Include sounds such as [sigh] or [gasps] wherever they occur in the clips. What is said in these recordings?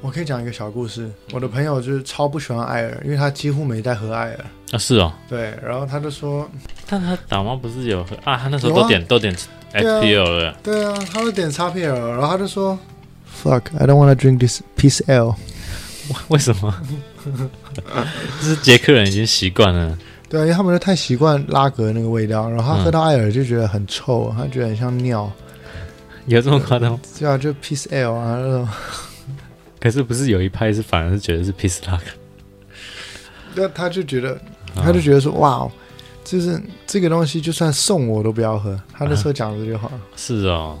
我可以讲一个小故事。我的朋友就是超不喜欢艾尔，因为他几乎没在喝艾尔。啊，是哦，对，然后他就说，但他打猫不是有喝啊？他那时候有啊都点、都点对啊 XPL 了，对啊，他就点 XPL，然后他就说，fuck, I don't want to drink this piece L。为什么？这是捷克人已经习惯了，对啊，因为他们就太习惯拉格那个味道，然后他喝到艾尔就觉得很臭，他觉得很像尿，有这么夸张？对啊，就 piece L 啊那种。可是不是有一派是反而是觉得是 p i s s l a 那他就觉得，啊他就觉得说，哇，就是这个东西就算送我都不要喝。他那时候讲这句话，是哦。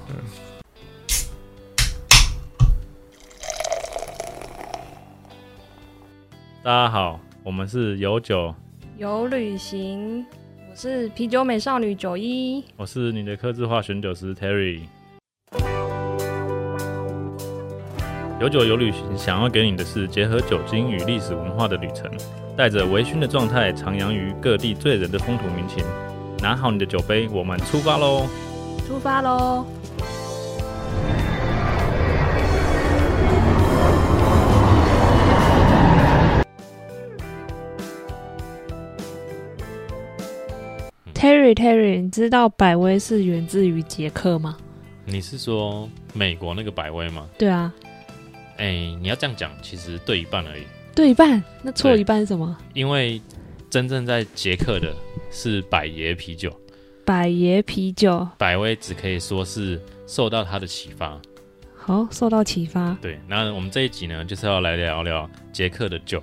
大家好，我们是有酒，有旅行，我是啤酒美少女九一。我是你的客制化选酒师 Terry。有酒有旅行，想要给你的是结合酒精与历史文化的旅程，带着微醺的状态，徜徉于各地醉人的风土民情。拿好你的酒杯，我们出发喽！出发喽！Terry Terry，你知道百威是源自于捷克吗？你是说美国那个百威吗？对啊，哎、你要这样讲，其实对一半而已。对一半，那错对一半是什么？因为真正在捷克的是百爷啤酒，百爷啤酒，百威只可以说是受到他的启发。好、受到启发。对，那我们这一集呢，就是要来聊聊捷克的酒。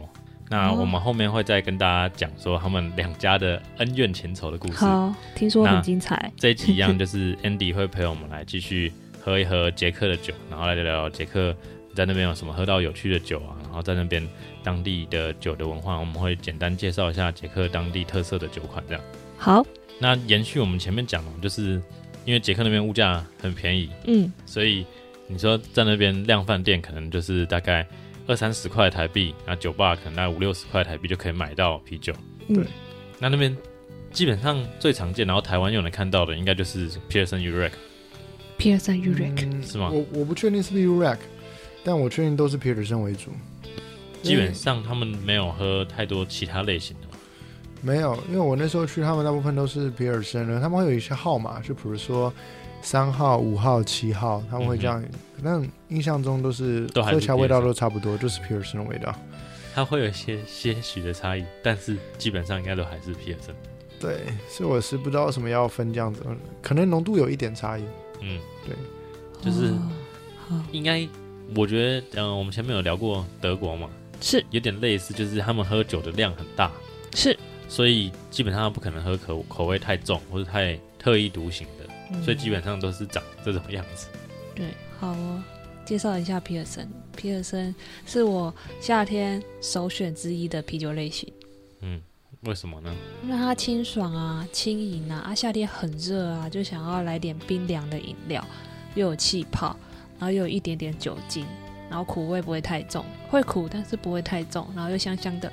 那哦我们后面会再跟大家讲说他们两家的恩怨情仇的故事。好，听说很那精彩。这一集一样，就是 Andy 会陪我们来继续喝一喝捷克的酒，然后来聊聊捷克在那边有什么喝到有趣的酒啊，然后在那边当地的酒的文化，我们会简单介绍一下捷克当地特色的酒款这样。好，那延续我们前面讲的，就是因为捷克那边物价很便宜，嗯，所以你说在那边量饭店可能就是大概二三十块台币，那酒吧可能大概五六十块台币就可以买到啤酒。嗯对，那那边基本上最常见，然后台湾又能看到的，应该就是 Pearson Urec，皮尔森 Urek，嗯是吗我我不确定是不是 Urac，但我确定都是 Peterson 为主。嗯基本上他们没有喝太多其他类型的嘛。没有，因为我那时候去，他们大部分都是皮尔森的，他们会有一些号码，就比如说三号、五号、七号，他们会这样。但印象中都是嗯都还是喝起来味道都差不多，就是皮尔森的味道。它会有一些些许的差异，但是基本上应该都还是 Pearson。对，所以我是不知道为什么要分这样子，可能浓度有一点差异。嗯，对，就是哦好应该，我觉得，嗯、我们前面有聊过德国嘛，是有点类似，就是他们喝酒的量很大，是，所以基本上不可能喝口口味太重或者太特立独行的，嗯所以基本上都是长这种样子。对，好哦。介绍一下皮尔森，皮尔森是我夏天首选之一的啤酒类型，嗯，为什么呢？因为它清爽啊、轻盈啊，啊夏天很热啊，就想要来点冰凉的饮料，又有气泡，然后又有一点点酒精，然后苦味不会太重，会苦但是不会太重，然后又香香的，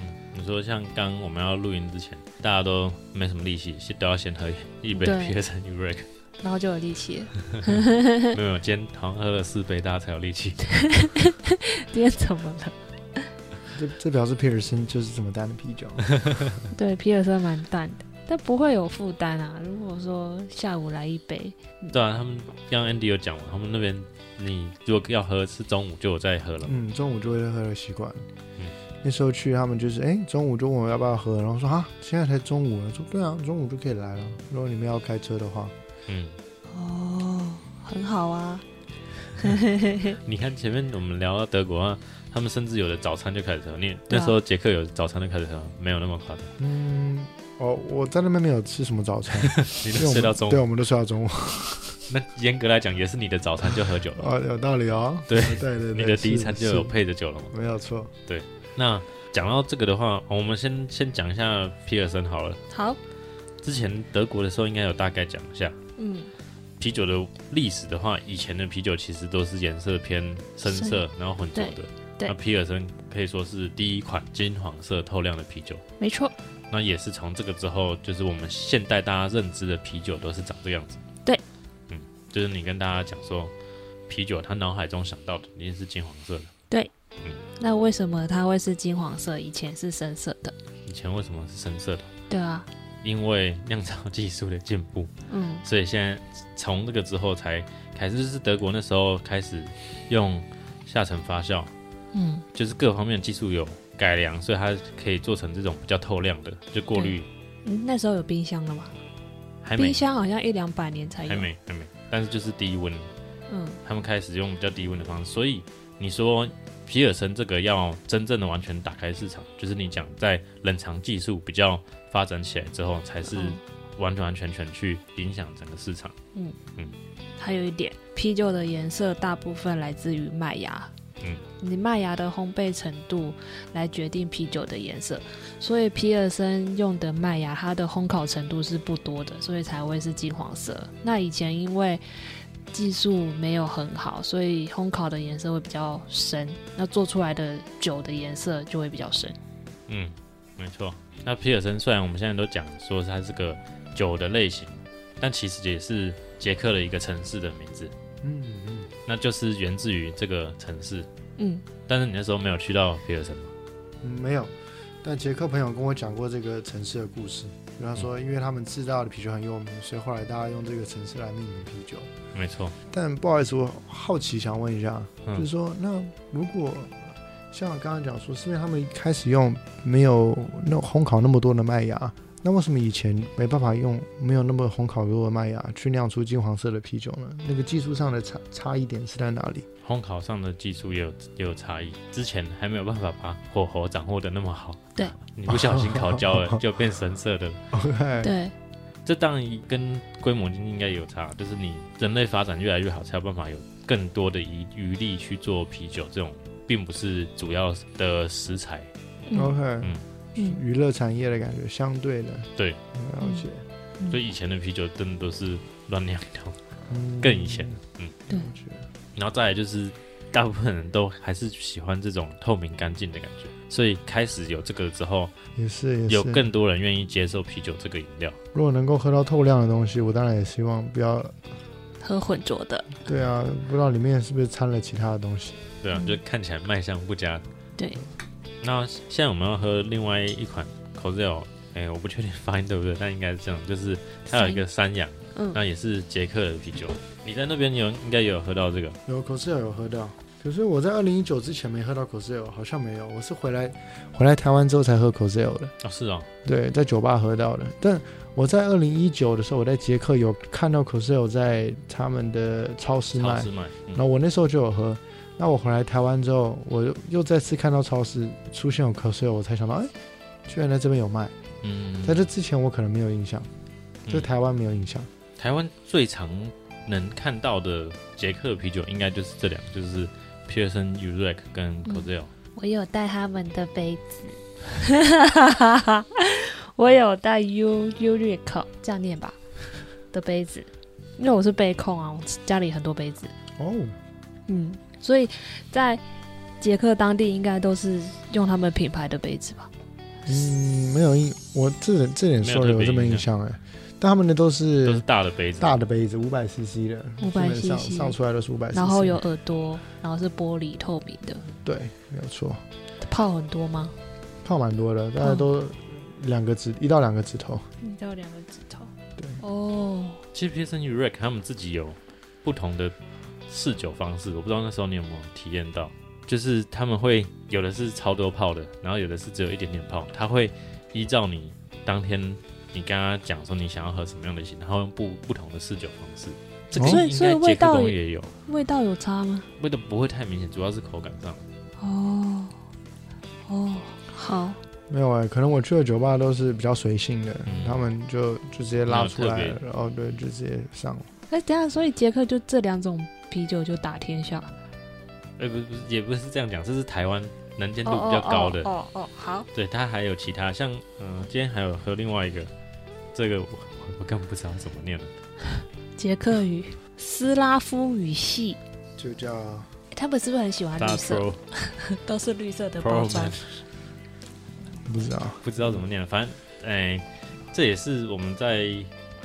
嗯你说像刚我们要录音之前，大家都没什么力气，先都要先喝一杯对皮尔森 u r e 然后就有力气了。 [laughs] 没有，今天好像喝了四杯，大家才有力气。今天怎么了？这这表示皮尔森就是这么淡的啤酒。对，皮尔森蛮淡的，但不会有负担啊。如果说下午来一杯，对啊，他们刚刚 Andy 有讲嘛，他们那边你如果要喝是中午就有在喝了嘛，嗯，中午就会喝的习惯。嗯那时候去他们就是，哎、中午就问我要不要喝，然后说啊，现在才中午了，说对啊，中午就可以来了。如果你们要开车的话，嗯。哦，很好啊。你看前面我们聊到德国啊，他们甚至有的早餐就开始喝。你那时候捷克有早餐就开始喝，没有那么夸张。嗯，哦，我在那边没有吃什么早餐， [laughs] 你因为都我睡们到中对，午，我们都睡到中午。那严格来讲也是你的早餐就喝酒了，哦，有道理哦。 [laughs] 对对对对，你的第一餐是就有是配着酒了嘛。没有错。那讲到这个的话，我们先先讲一下皮尔森好了。好，之前德国的时候应该有大概讲一下嗯，啤酒的历史的话，以前的啤酒其实都是颜色偏深色，然后混浊的。对对那皮尔森可以说是第一款金黄色透亮的啤酒。没错，那也是从这个之后，就是我们现代大家认知的啤酒都是长这个样子。对，嗯，就是你跟大家讲说，啤酒他脑海中想到的一定是金黄色的，那为什么它会是金黄色？以前是深色的。以前为什么是深色的？对啊，因为酿造技术的进步，嗯所以现在从这个之后才开始，就是德国那时候开始用下层发酵，嗯就是各方面技术有改良，所以它可以做成这种比较透亮的，就过滤嗯，那时候有冰箱了吗？还没冰箱好像一两百年才有。还没还没，但是就是低温，嗯他们开始用比较低温的方式，所以你说皮尔森这个要真正的完全打开市场，就是你讲在冷藏技术比较发展起来之后，才是嗯完完全全去影响整个市场。还有一点，啤酒的颜色大部分来自于麦芽。嗯，你麦芽的烘焙程度来决定啤酒的颜色，所以皮尔森用的麦芽，它的烘烤程度是不多的，所以才会是金黄色。那以前因为技术没有很好，所以烘烤的颜色会比较深，那做出来的酒的颜色就会比较深。嗯，没错。那皮尔森虽然我们现在都讲说它是个酒的类型，但其实也是捷克的一个城市的名字，嗯嗯，那就是源自于这个城市。嗯，但是你那时候没有去到皮尔森吗？嗯没有。但捷克朋友跟我讲过这个城市的故事，比方嗯说，因为他们制造的啤酒很有名，所以后来大家用这个城市来命名啤酒。没错，但不好意思，我好奇想问一下，嗯就是说，那如果像我刚刚讲说，是因为他们一开始用没有那烘烤那么多的麦芽，那为什么以前没办法用没有那么烘烤多的麦芽去酿出金黄色的啤酒呢？那个技术上的差差异点是在哪里？烘烤上的技术也有也有差异，之前还没有办法把火候掌握的那么好。啊对，你不小心烤焦了就变深色的了。 [laughs] 哎 OK，对，这当然跟规模经济应该有差，就是你人类发展越来越好，才有办法有更多的余余力去做啤酒这种，并不是主要的食材。嗯 OK，、嗯娱乐产业的感觉相对的，对了解，嗯所以以前的啤酒真的都是乱酿的， [laughs] 嗯更以前。嗯，对了解然后再来就是大部分人都还是喜欢这种透明干净的感觉，所以开始有这个之后，也是也是有更多人愿意接受啤酒这个饮料。如果能够喝到透亮的东西，我当然也希望不要。嗯喝混浊的，对啊，不知道里面是不是掺了其他的东西。对啊，嗯就看起来卖相不佳。对。那现在我们要喝另外一款 c o z e l 哎、我不确定发音对不对，但应该是这样，就是它有一个山羊，嗯，那也是捷克的啤酒。你在那边有应该也有喝到这个，有 c o s e l 有喝到，可是我在二零一九之前没喝到 c o s e l 好像没有，我是回来 [laughs] 回来台湾之后才喝 c o s e l 的。哦是哦，对，在酒吧喝到的。但我在二零一九的时候，我在捷克有看到 c o s e l 在他们的超市超卖，市卖，嗯然后我那时候就有喝。那我回来台湾之后，我又又再次看到超市出现有 c o s e l 我才想到，哎，居然在这边有卖。嗯，在这之前我可能没有印象，对嗯台湾没有印象。台湾最常能看到的捷克的啤酒，应该就是这两个，就是 Pearson u r e k 跟 c o z e 嗯 l 我有带他们的杯子， [laughs] 我有带 U U r i c 这样念吧的杯子，因为我是杯控啊，我家里很多杯子，哦，嗯，所以在捷克当地应该都是用他们品牌的杯子吧？嗯，没有印，我这这点说没的有有特别这么印印象哎、但他们的都都是是大的杯子，大的杯子，五百 CC 的， 500基本上 CC 上出来都是五百 CC，然后有耳朵，然后是玻璃透明的，对，没有错，泡很多吗？泡蛮多哦的，大概都两个指一到两个指头，你嗯只有两个指头。对哦，其实 Pearson u r e k 他们自己有不同的试酒方式，我不知道那时候你有没有体验到，就是他们会有的是超多泡的，然后有的是只有一点点泡，他会依照你当天你跟他讲说你想要喝什么样的型，然后用不不同的试酒方式。这个哦所以应所以该味捷克道东也也有，味道有差吗？味道不会太明显，主要是口感上。哦，哦，好，没有哎、可能我去的酒吧都是比较随性的，嗯他们就就直接拉出来没有了特，然后对，就直接上了。哎、等一下，所以捷克就这两种啤酒就打天下，呃，不不，也不是这样讲，这是台湾能见甜度哎比较高的。哦哦好，对，它还有其他像，嗯、今天还有喝另外一个，这个我我我根本不知道怎么念了。捷克语、斯拉夫语系，就叫他们是不是很喜欢 d 啊绿 a 色？ Pro 都是绿色的包 Pro 装 Man，。不知道，不知道怎么念了，反正哎、这也是我们在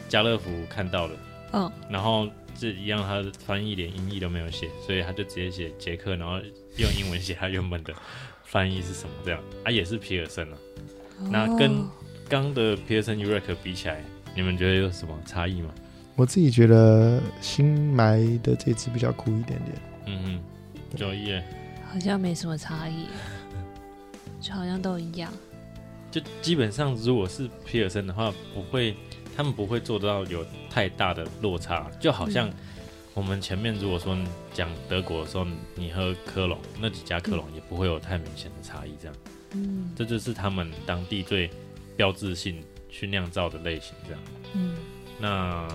家乐福看到的。嗯然后这一样，他的翻译连音译都没有写，所以他就直接写捷克，然后用英文写他原本的翻译是什么这样。啊，也是皮尔森啊。那跟哦刚的皮尔森 Eureka 比起来，你们觉得有什么差异吗？我自己觉得新来的这支比较酷一 [laughs] 点点。嗯嗯，九一耶，好像没什么差异，就好像都一样。就基本上如果是皮尔森的话，不会，他们不会做到有太大的落差，就好像嗯我们前面如果说你讲德国的时候，你喝科隆那几家科隆也不会有太明显的差异，这样，嗯这就是他们当地最标志性去酿造的类型，这样。嗯那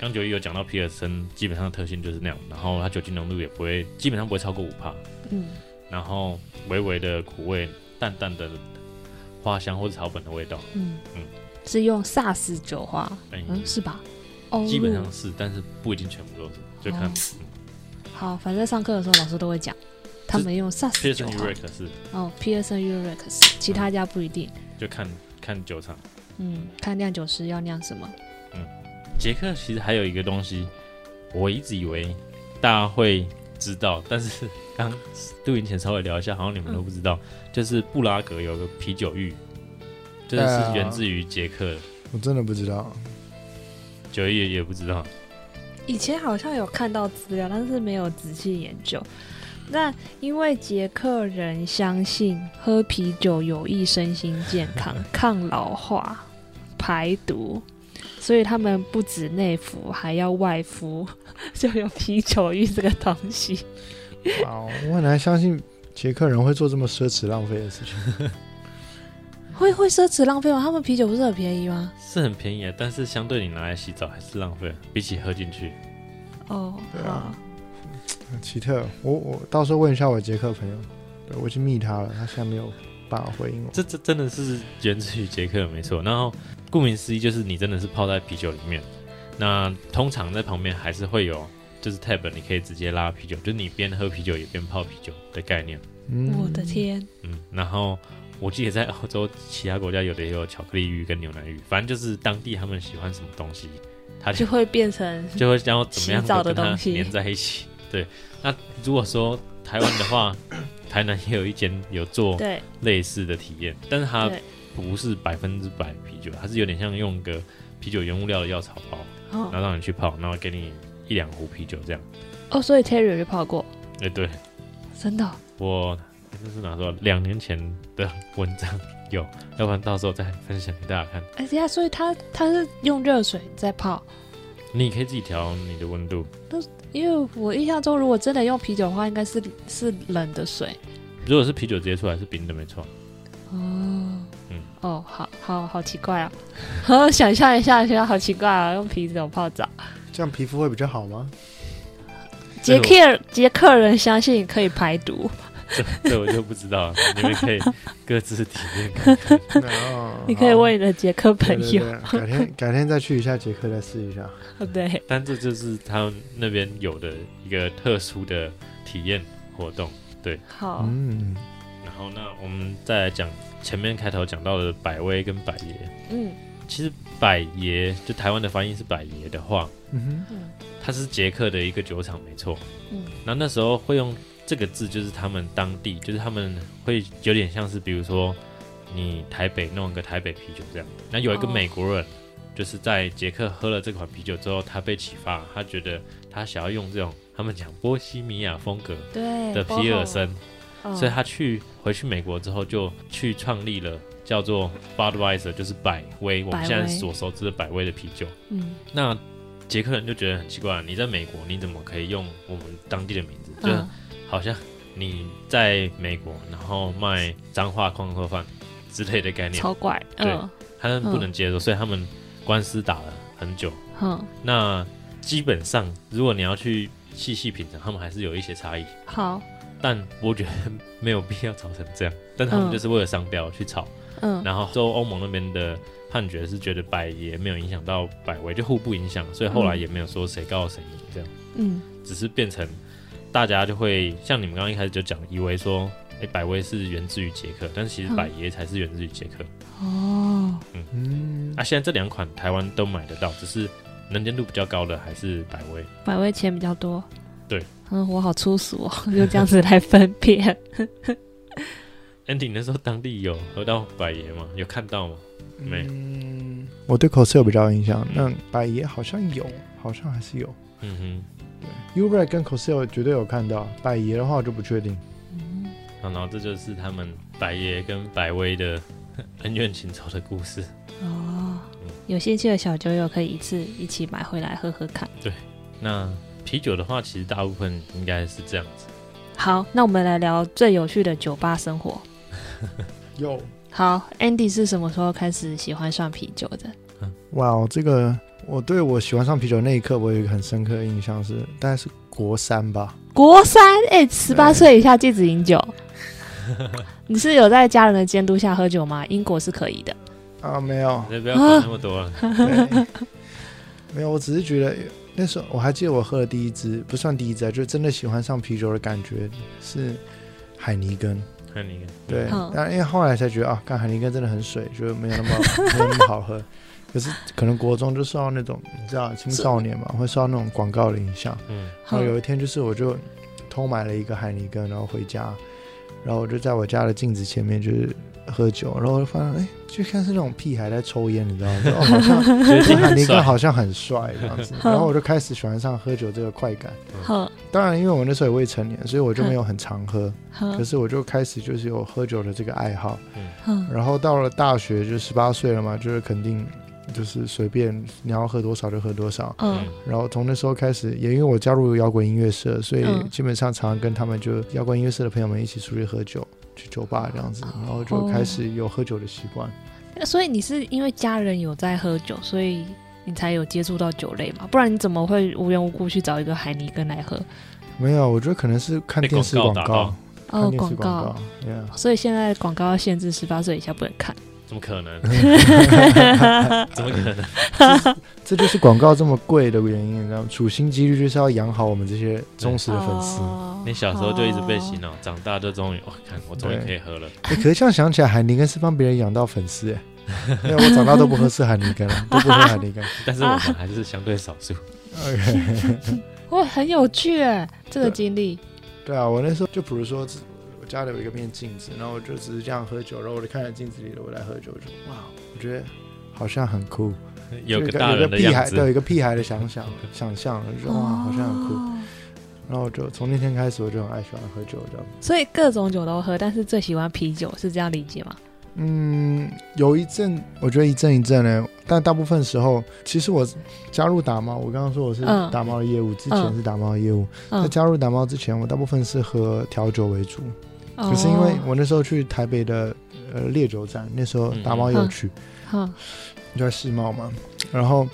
刚九一有讲到皮尔森基本上的特性就是那样，然后它酒精浓度也不会，基本上不会超过五帕，嗯然后微微的苦味，淡淡的花香或者草本的味道，嗯嗯是用 SARS 酒花，哎嗯，是吧？哦，基本上是，但是不一定全部都是，就看嗯哦好，反正上课的时候老师都会讲，他们用 p i SARS e r s o 酒 n 花 Eureka 是，哦，Pearson Urex，其他家不一定。就看看酒厂。嗯，看酿酒师要酿什么。捷克其实还有一个东西，我一直以为大家会知道，但是刚录影前稍微聊一下，好像你们都不知道，就是布拉格有个啤酒浴，就是是呃源自于捷克的，我真的不知道，九一也也不知道，以前好像有看到资料，但是没有仔细研究。那因为捷克人相信喝啤酒有益身心健 [laughs] 康、抗老化、排毒，所以他们不止内服，还要外敷， [laughs] 就有啤酒浴这个东西。哇哦，我很难相信捷克人会做这么奢侈浪费的事情。会会奢侈浪费吗？他们啤酒不是很便宜吗？是很便宜啊，但是相对你拿来洗澡还是浪费，比起喝进去。哦，对好啊奇特，我我到时候问一下我捷克朋友，对我去密他了，他现在没有办法回应我。这这真的是源自于捷克，没错。然后顾名思义，就是你真的是泡在啤酒里面。那通常在旁边还是会有，就是 tab，你可以直接拉啤酒，就是你边喝啤酒也边泡啤酒的概念。嗯我的，天，嗯，然后我记得在澳洲其他国家有的也有巧克力浴跟牛奶浴，反正就是当地他们喜欢什么东西，他就就会变成就会想要怎么样洗澡都的跟它东西粘在一起。对，那如果说台湾的话， [coughs] 台南也有一间有做对类似的体验，但是它对不是百分之百啤酒，它是有点像用个啤酒原物料的药草包，哦然后让你去泡，然后给你一两壶啤酒这样。哦，所以 Terry 有去泡过，哎、对真的哦、我诶这是哪时候？两年前的文章有，要不然到时候再分享给大家看。哎呀，所以它它是用热水在泡，你可以自己调你的温度，因为我印象中，如果真的用啤酒的话，应该是是冷的水。如果是啤酒直接出来是冰的，没 [laughs] 错。哦，嗯，哦，好好好奇怪啊！ [laughs] 我想象一下，觉得好奇怪啊，用啤酒泡澡。这样皮肤会比较好吗？捷这个克人捷克人相信可以排毒，这我就不知道了，你们可以各自体验看看。哦 [laughs] 你可以问你的捷克朋友。好啊对对对改天改天再去一下捷克再试一下。 [laughs] 对，但这就是他们那边有的一个特殊的体验活动。好，嗯，然后，那我们再来讲前面开头讲到的百威跟百爷。嗯其实百爷就台湾的翻译是百爷的话，嗯嗯它是捷克的一个酒厂，没错。嗯那那时候会用这个字，就是他们当地，就是他们会有点像是，比如说你台北弄一个台北啤酒这样。那有一个哦美国人，就是在捷克喝了这款啤酒之后，他被启发，他觉得他想要用这种他们讲波西米亚风格对嗯的皮尔森，，包所以含他去回去美国之后，就去创立了叫做 Budweiser，就是百威，我们百现在威所熟知的百威的啤酒。嗯那捷克人就觉得很奇怪，你在美国你怎么可以用我们当地的名字？就嗯好像你在美国，然后卖脏话矿客饭之类的概嗯，念，超怪，对嗯他们不能接受，所以他们官司打了很久。嗯，那基本上，如果你要去细细品尝，他们还是有一些差异。好，但我觉得没有必要吵成这样。但他们嗯就是为了商标去吵。嗯然后州欧盟那边的判决是觉得百也没有影响到百威，就互不影响，所以后来嗯也没有说谁告谁赢这样，嗯只是变成大家就会像你们刚刚一开始就讲，以为说。哎，百威是源自于捷克，但是其实嗯百爷才是源自于捷克。哦，嗯哎啊，现在这两款台湾都买得到，只是能见度比较高的还是百威。百味钱比较多。对，嗯，我好粗俗哦，就这样子来分辨。 [laughs] Andy，你那时候当地有喝到百爷吗？有看到吗？没嗯，我对口吃有比较有印象，那嗯百爷好像有，好像还是有。嗯 u r e 跟 c o s e l 绝对有看到，百爷的话我就不确定。嗯哼，好然后这就是他们百爷跟百威的 [laughs] 恩怨情仇的故事。哦，有兴趣的小酒友可以一次一起买回来喝喝看。那啤酒的话，其实大部分应该是这样子。好，那我们来聊最有趣的酒吧生活。有，好，Andy 是什么时候开始喜欢上啤酒的？哇哦，这个我对我喜欢上啤酒那一刻，我有一个很深刻的印象是，大概是国三吧。国三，哎、十八岁以下禁止 [laughs] 饮酒。你是有在家人的监督下喝酒吗？英国是可以的。啊，没 [laughs] 有，那不要管那么多了。对没有，我只是觉得那时候我还记得我喝的第一支，不算第一支啊，就真的喜欢上啤酒的感觉是海尼根。看你，对嗯，但因为后来才觉得啊，干海尼根真的很水，就没有那么 [laughs] 没有那么好喝。可是可能国中就受到那种你知道青少年嘛，会受到那种广告的影响。 [laughs] 嗯，然后哦有一天就是我就偷买了一个海尼根，然后回家，然后我就在我家的镜子前面就是喝酒，然后我就发现哎，就看是那种屁孩在抽烟，你知道吗？就哦，好 [laughs] 像觉得海很尼根帅。好像很帅这样子，然后我就开始喜欢上喝酒这个快感。喝当然，因为我那时候也未成年，所以我就没有很常喝，喝可是我就开始就是有喝酒的这个爱好。嗯喝，然后到了大学就十八岁了嘛，就是肯定就是随便你要喝多少就喝多少。嗯嗯，然后从那时候开始，也因为我加入摇滚音乐社，所以嗯基本上常常跟他们就摇滚音乐社的朋友们一起出去喝酒，去酒吧这样哦子，然后就开始有喝酒的习惯。所以你是因为家人有在喝酒，所以你才有接触到酒类嘛？不然你怎么会无缘无故去找一个海尼根来喝？没有，啊我觉得可能是看被电视广广告打告到，看哦，电视广广告，yeah 所以现在广告要限制十八岁以下不能 [laughs] 看。怎么可能？怎么可能？这就是广告这么贵的原因，你知道吗？处心积虑就是要养好我们这些忠实的粉丝。哦你小时候就一直被洗哦脑，长大就终于，我看我终于可以喝了。哎诶可是这样想起来，海尼根是帮别人养到粉丝诶。因为我长大都不喝吃海尼根了，都不喝海尼 [laughs] 根。但是我们还是相对少数。 OK，哇，很有趣哎，这个对经历。对啊，我那时候就比如说，我家里有一个面镜子，然后我就只是这样喝酒，然后我就看着镜子里的我来喝酒，我就哇，我觉得好像很酷，有个就大有人个的屁样孩，对，有子，一个屁孩的想 [laughs] 想想象，我就觉得哇，好像很酷。哦然后我就从那天开始，我就很爱喜欢喝酒这样。所以各种酒都喝，但是最喜欢啤酒，是这样理解吗？嗯，有一阵，我觉得一阵一阵呢，但大部分时候，其实我加入打猫，我刚刚说我是嗯打猫的业务，之前是打猫的业务，嗯在加入打猫之前，我大部分是喝调酒为主，可可是因为哦我那时候去台北的呃烈酒站，那时候打猫有去，嗯哈就在世贸嘛，然后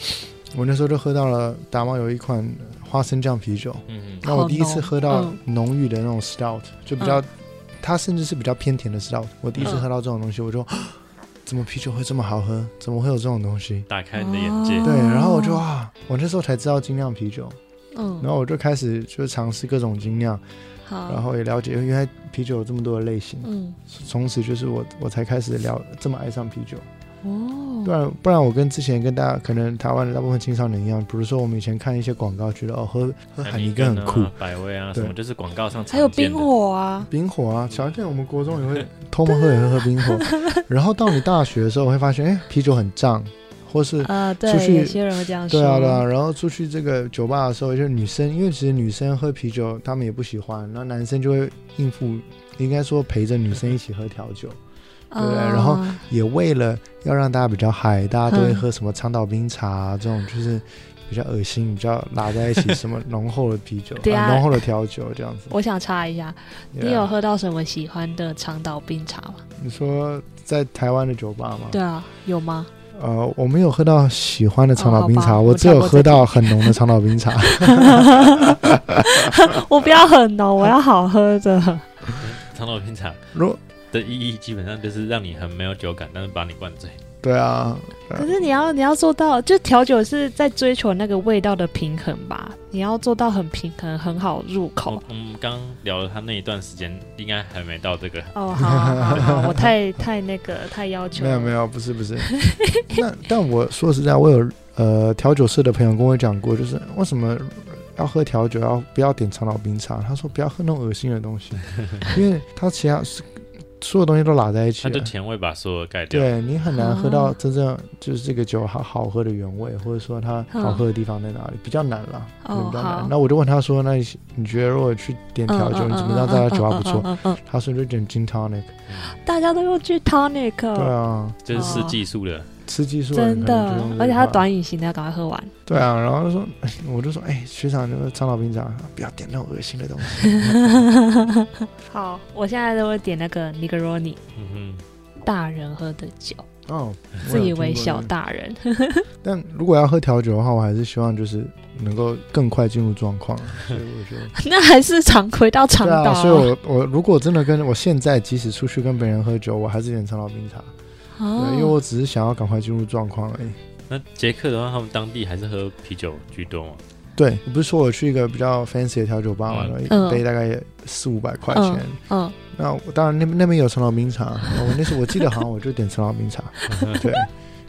我那时候就喝到了打猫有一款花生酱啤酒，嗯，那我好第一次浓喝到嗯浓郁的那种 stout，、就比较，它甚至是比较偏甜的 stout。我第一次嗯喝到这种东西，我就， [gasps] 啊怎么啤酒会这么好喝？怎么会有这种东西？打开你的眼界哦。对，然后我就啊，我那时候才知道精酿啤酒，嗯，然后我就开始就尝试各种精酿，好，然后也了解哦原来啤酒有这么多的类型，嗯从此就是我我才开始了这么爱上啤酒。哦不然不然，我跟之前跟大家可能台湾的大部分青少年一样，比如说我们以前看一些广告，觉得哦喝喝海尼根很酷，啊，百威啊，对什么就是广告上还有常见冰的，火啊，冰火啊，小健我们国中也会偷摸喝，也会喝冰火。然后到你大学的时候，会发现，哎、啤酒很胀，或是呃，对出，去有些人会这样说，对啊对啊。然后出去这个酒吧的时候，就是女生，因为其实女生喝啤酒，她们也不喜欢，然后男生就会应付，应该说陪着女生一起喝调酒，啊对然后也为了要让大家比较嗨，大家都会嗯喝什么长岛冰茶、啊、这种，就是。比较恶心，比较拉在一起，什么浓厚的啤酒，对啊呃浓厚的调酒这样子。我想插一下，你 Yeah 有喝到什么喜欢的长岛冰茶吗？你说在台湾的酒吧吗？对啊，有吗？呃，我没有喝到喜欢的长岛冰哦茶，好吧我只有喝到很浓的长岛冰茶。 [laughs] 我不要很浓，我要好喝的。长岛冰茶如的意义基本上就是让你很没有酒感，但是把你灌醉。对啊，可是你要你要做到，就调酒是在追求那个味道的平衡吧？你要做到很平衡，很好入口我。我们刚聊了他那一段时间，应该还没到这个。哦，好好好好，我太太那个太要求没了。有没有，不是不是。 [laughs] 那但我说实在，我有呃调酒社的朋友跟我讲过，就是为什么要喝调酒要不要点长岛冰茶？他说不要喝那种恶心的东 [laughs] 西，因为他其他所有东西都拉在一起它了就。甜味把所有盖掉。对你很难喝到啊真正就是这个酒好好喝的原味，或者说它好喝的地方在哪里，比较难啦，嗯哦比较难好。那我就问他说：“那你你觉得如果去点调酒，你怎么让大家酒还不错嗯嗯嗯嗯嗯？”他说：“就点 gin tonic。嗯，大家都用去 tonic，对啊，这是试技术的，吃激素人哦真可的能就用这，个而且它吧短饮型的，要赶快喝完。对啊，然后就说，哎我就说，哎、学长，那个张老兵长，不要点那种恶心的东西。好，我现在都会点那个 Negroni 嗯大人喝的酒，哦，我有自以听过为小这个。大人。但如果要喝调酒的话，我还是希望就是能够更快进入状 [laughs] 况。所以我觉得， [laughs] 那还是常回到常对岛、啊，所以我我如果真的跟我现在即使出去跟别人喝酒，我还是点长岛冰茶，对，哦因为我只是想要赶快进入状况而已。哼，那捷克的话，他们当地还是喝啤酒居多嘛？对，我不是说我去一个比较 fancy 的调酒吧嘛，嗯然后嗯一杯大概也四五百块钱。嗯，那我当然那那边有陈老冰茶，我那时候我记得好像我就点陈老冰茶， [laughs] 对。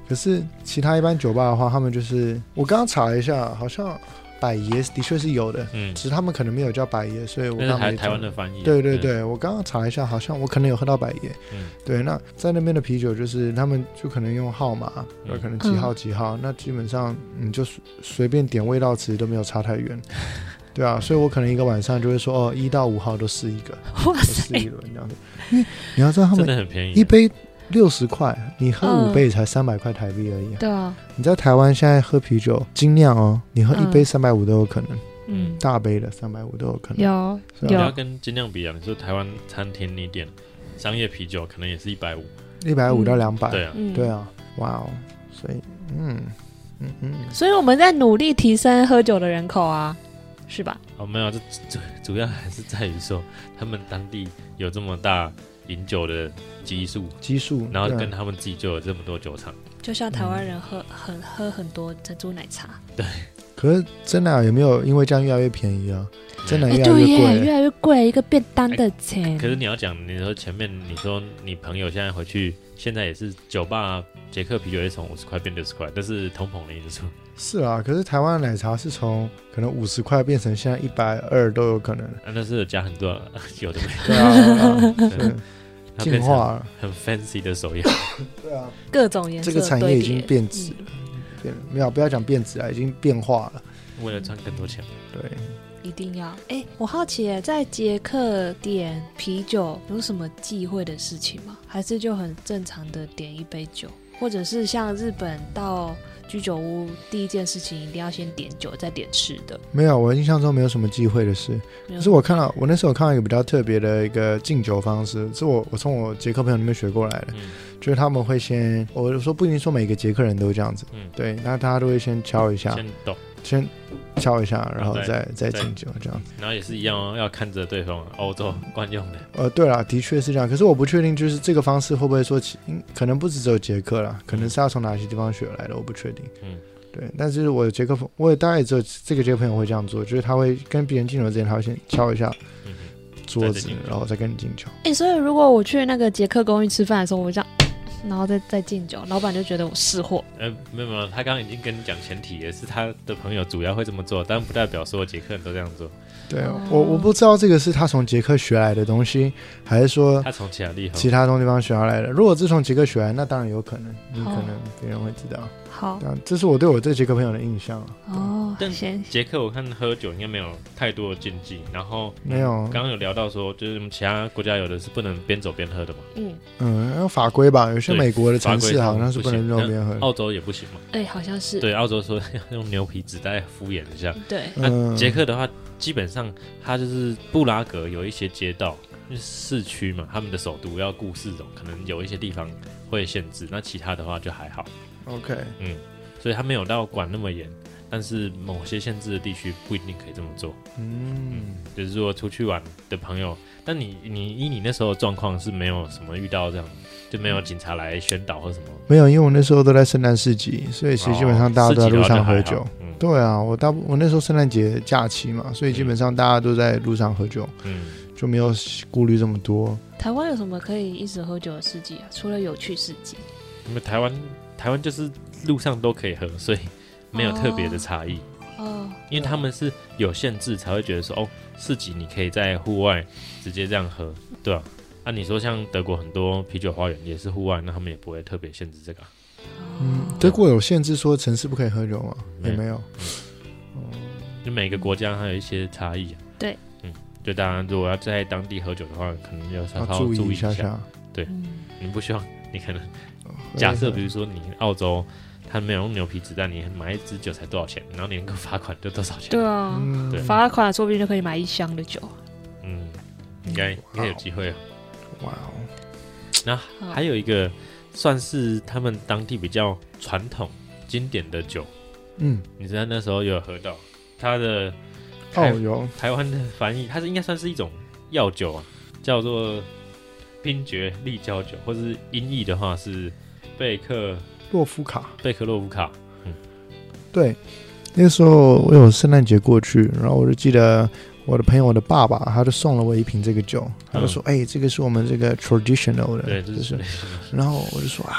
可是其他一般酒吧的话，他们就是我刚刚查了一下，好像百爷的确是有的， [laughs] 嗯，只是他们可能没有叫百爷，所以我那刚是刚台没台湾讲的翻译啊。对对对，我刚刚查了一下，好像我可能有喝到百爷。嗯，对，那在那边的啤酒就是他们就可能用号码，嗯那可能几号几号，那基本上你就随随便点味道词都没有差太 [laughs] 远。对啊，所以我可能一个晚上就会说哦，一到五号都试一个。哇就试一塞，轮这 [laughs] 样子。因为你要知道，他嗯，真们的很便宜。一杯六十块，你喝嗯五杯才三百块台币而已啊。对啊，你在台湾现在喝啤酒精酿哦，你喝一杯嗯三百五都有可能，嗯，大杯的三百五都有可能。有是啊你要有跟精酿比啊，你说台湾餐厅你点商业啤酒可能也是一百五，一百五到两百、对啊，嗯，对。啊，哇哦，所以嗯嗯嗯，所以我们在努力提升喝酒的人口啊，是吧？哦没有，这主主要还是在于说他们当地有这么大饮酒的基数，基数，然后对啊跟他们自己就有这么多酒厂，就像台湾人喝嗯很喝很多珍珠奶茶，可是真奶也没有因为这样越来越便宜啊，真奶越哎，来对越耶，贵、越来越贵，一个便当的钱可。是你要讲，你说前面你说你朋友现在回去，现在也是酒吧捷克啤酒也从五十块变六十块，但是通膨的因素。 [laughs] 是啊，可是台湾的奶茶是从可能五十块变成现在一百二都有可能。啊，那是有加很多有的没对 [laughs] 啊，对啊的，是它进变成化了。很 fancy 的手摇，对啊，各种颜色这个产业已经堆叠嗯变质了，变没有不要讲变质啊，已经变化了。 [laughs] 为了赚更多钱。对，一定要。哎、我好奇耶，在捷克点啤酒有什么忌讳的事情吗？还是就很正常的点一杯酒，或者是像日本到居酒屋第一件事情一定要先点酒，再点吃的？没有，我印象中没有什么忌讳的事。没可有是我看到，我那时候有看到一个比较特别的一个敬酒方式，是我我从我捷克朋友那边学过来的，嗯就是他们会先，我就说不一定说每个捷克人都这样子，嗯对，那大家都会先敲一下，先懂，先敲一下，然后然后再再再敬酒这样子。然后也是一样哦，要看着对方欧洲惯用的，呃，对啦，的确是这样，可是我不确定，就是这个方式会不会说其，嗯可能不止只有捷克啦，可能是要从哪些地方学来的，我不确定。嗯，对，但是我有捷克朋，我也大概只有这个捷克朋友会这样做，就是他会跟别人敬酒之前，他会先敲一下嗯桌再子敬，酒然后再跟你敬酒。哎、所以如果我去那个捷克公寓吃饭的时候，我这样，然后再再敬酒，老板就觉得我是货。呃，没有没有，他刚刚已经跟你讲前提，也是他的朋友主要会这么做，但不代表所有捷克人都这样做，对、哦我，我不知道这个是他从捷克学来的东西，还是说他从其他地方其他东地方学来的。如果是从捷克学来，那当然有可能，有可哦能别人会知道。好但这是我对我这捷克朋友的印象啊。哦，但先捷克我看喝酒应该没有太多的禁忌，然后没有刚刚有聊到说，就是我们其他国家有的是不能边走边喝的嘛，嗯，嗯，要法规吧，有些对美国的城法市规好像是不不能行肉边喝的。澳洲也不行嘛。哎、好像是对，澳洲说要用牛皮纸袋敷衍一下。对那、嗯，捷克的话，基本上它就是布拉格有一些街道，就是市区嘛，他们的首都要顾市容，可能有一些地方会限制，那其他的话就还好， OK，所以他没有到管那么严。但是某些限制的地区不一定可以这么做。嗯，就是如果出去玩的朋友，但你你以你那时候的状况是没有什么遇到这样，就没有警察来宣导或什么，没有，因为我那时候都在圣诞市集，所以其实基本上大家都在路上喝酒。哦。十几楼就还好对啊，我大部我那时候圣诞节假期嘛，所以基本上大家都在路上喝酒，嗯嗯，就没有顾虑这么多。台湾有什么可以一直喝酒的事迹啊？除了有趣事迹，因为台湾台湾就是路上都可以喝，所以没有特别的差异。哦，因为他们是有限制，才会觉得说哦，市集你可以在户外直接这样喝，对啊。啊，你说像德国很多啤酒花园也是户外，那他们也不会特别限制这个啊、嗯，德国有限制说城市不可以喝酒吗？没也有没有。就每个国家还有一些差异啊。对，嗯，就当然如果要在当地喝酒的话，可能要稍要稍注意一下下。嗯，你不希望你可能假设，比如说你澳洲，他没有用牛皮纸袋，你买一支酒才多少钱，然后你能够罚款就多少钱？对啊，嗯，对罚了款说不定就可以买一箱的酒。嗯，应该应该有机会哦。哇哦，啊还有一个算是他们当地比较传统经典的酒，嗯，你知道那时候有喝到它的哦台、有，台湾的翻译，它是应该算是一种药酒啊，叫做冰爵立交酒，或是音译的话是贝克洛夫卡。贝克洛夫卡。对，那个时候我有圣诞节过去，然后我就记得我的朋友的爸爸，他就送了我一瓶这个酒，他就说：“哎、这个是我们这个 traditional 的，嗯对，就这是是。”然后我就说：“啊，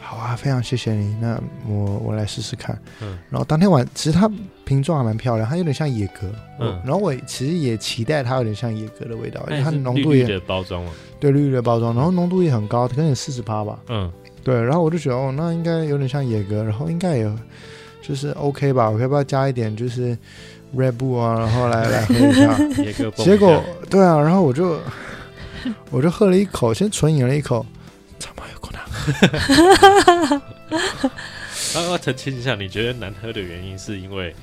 好，好啊，非常谢谢你，那我我来试试看。”嗯，然后当天晚，其实它瓶装还蛮漂亮，它有点像野格，嗯嗯，然后我其实也期待它有点像野格的味道，那因也为它是哎浓绿度绿也的包装嘛，对绿绿的包装，然后浓度也很高，可能有四十趴吧， [laughs] 嗯，对，然后我就觉得哦，那应该有点像野格，然后应该也就是 OK 吧，我要不要加一点就是 Red Bull 啊，然后来来喝一下。也 [laughs] 给我蹦一下结果对啊，然后我就 [laughs] 我就喝了一口，先纯饮了一口，他妈有够难喝。啊，我要澄清一下，你觉得难喝的原因是因为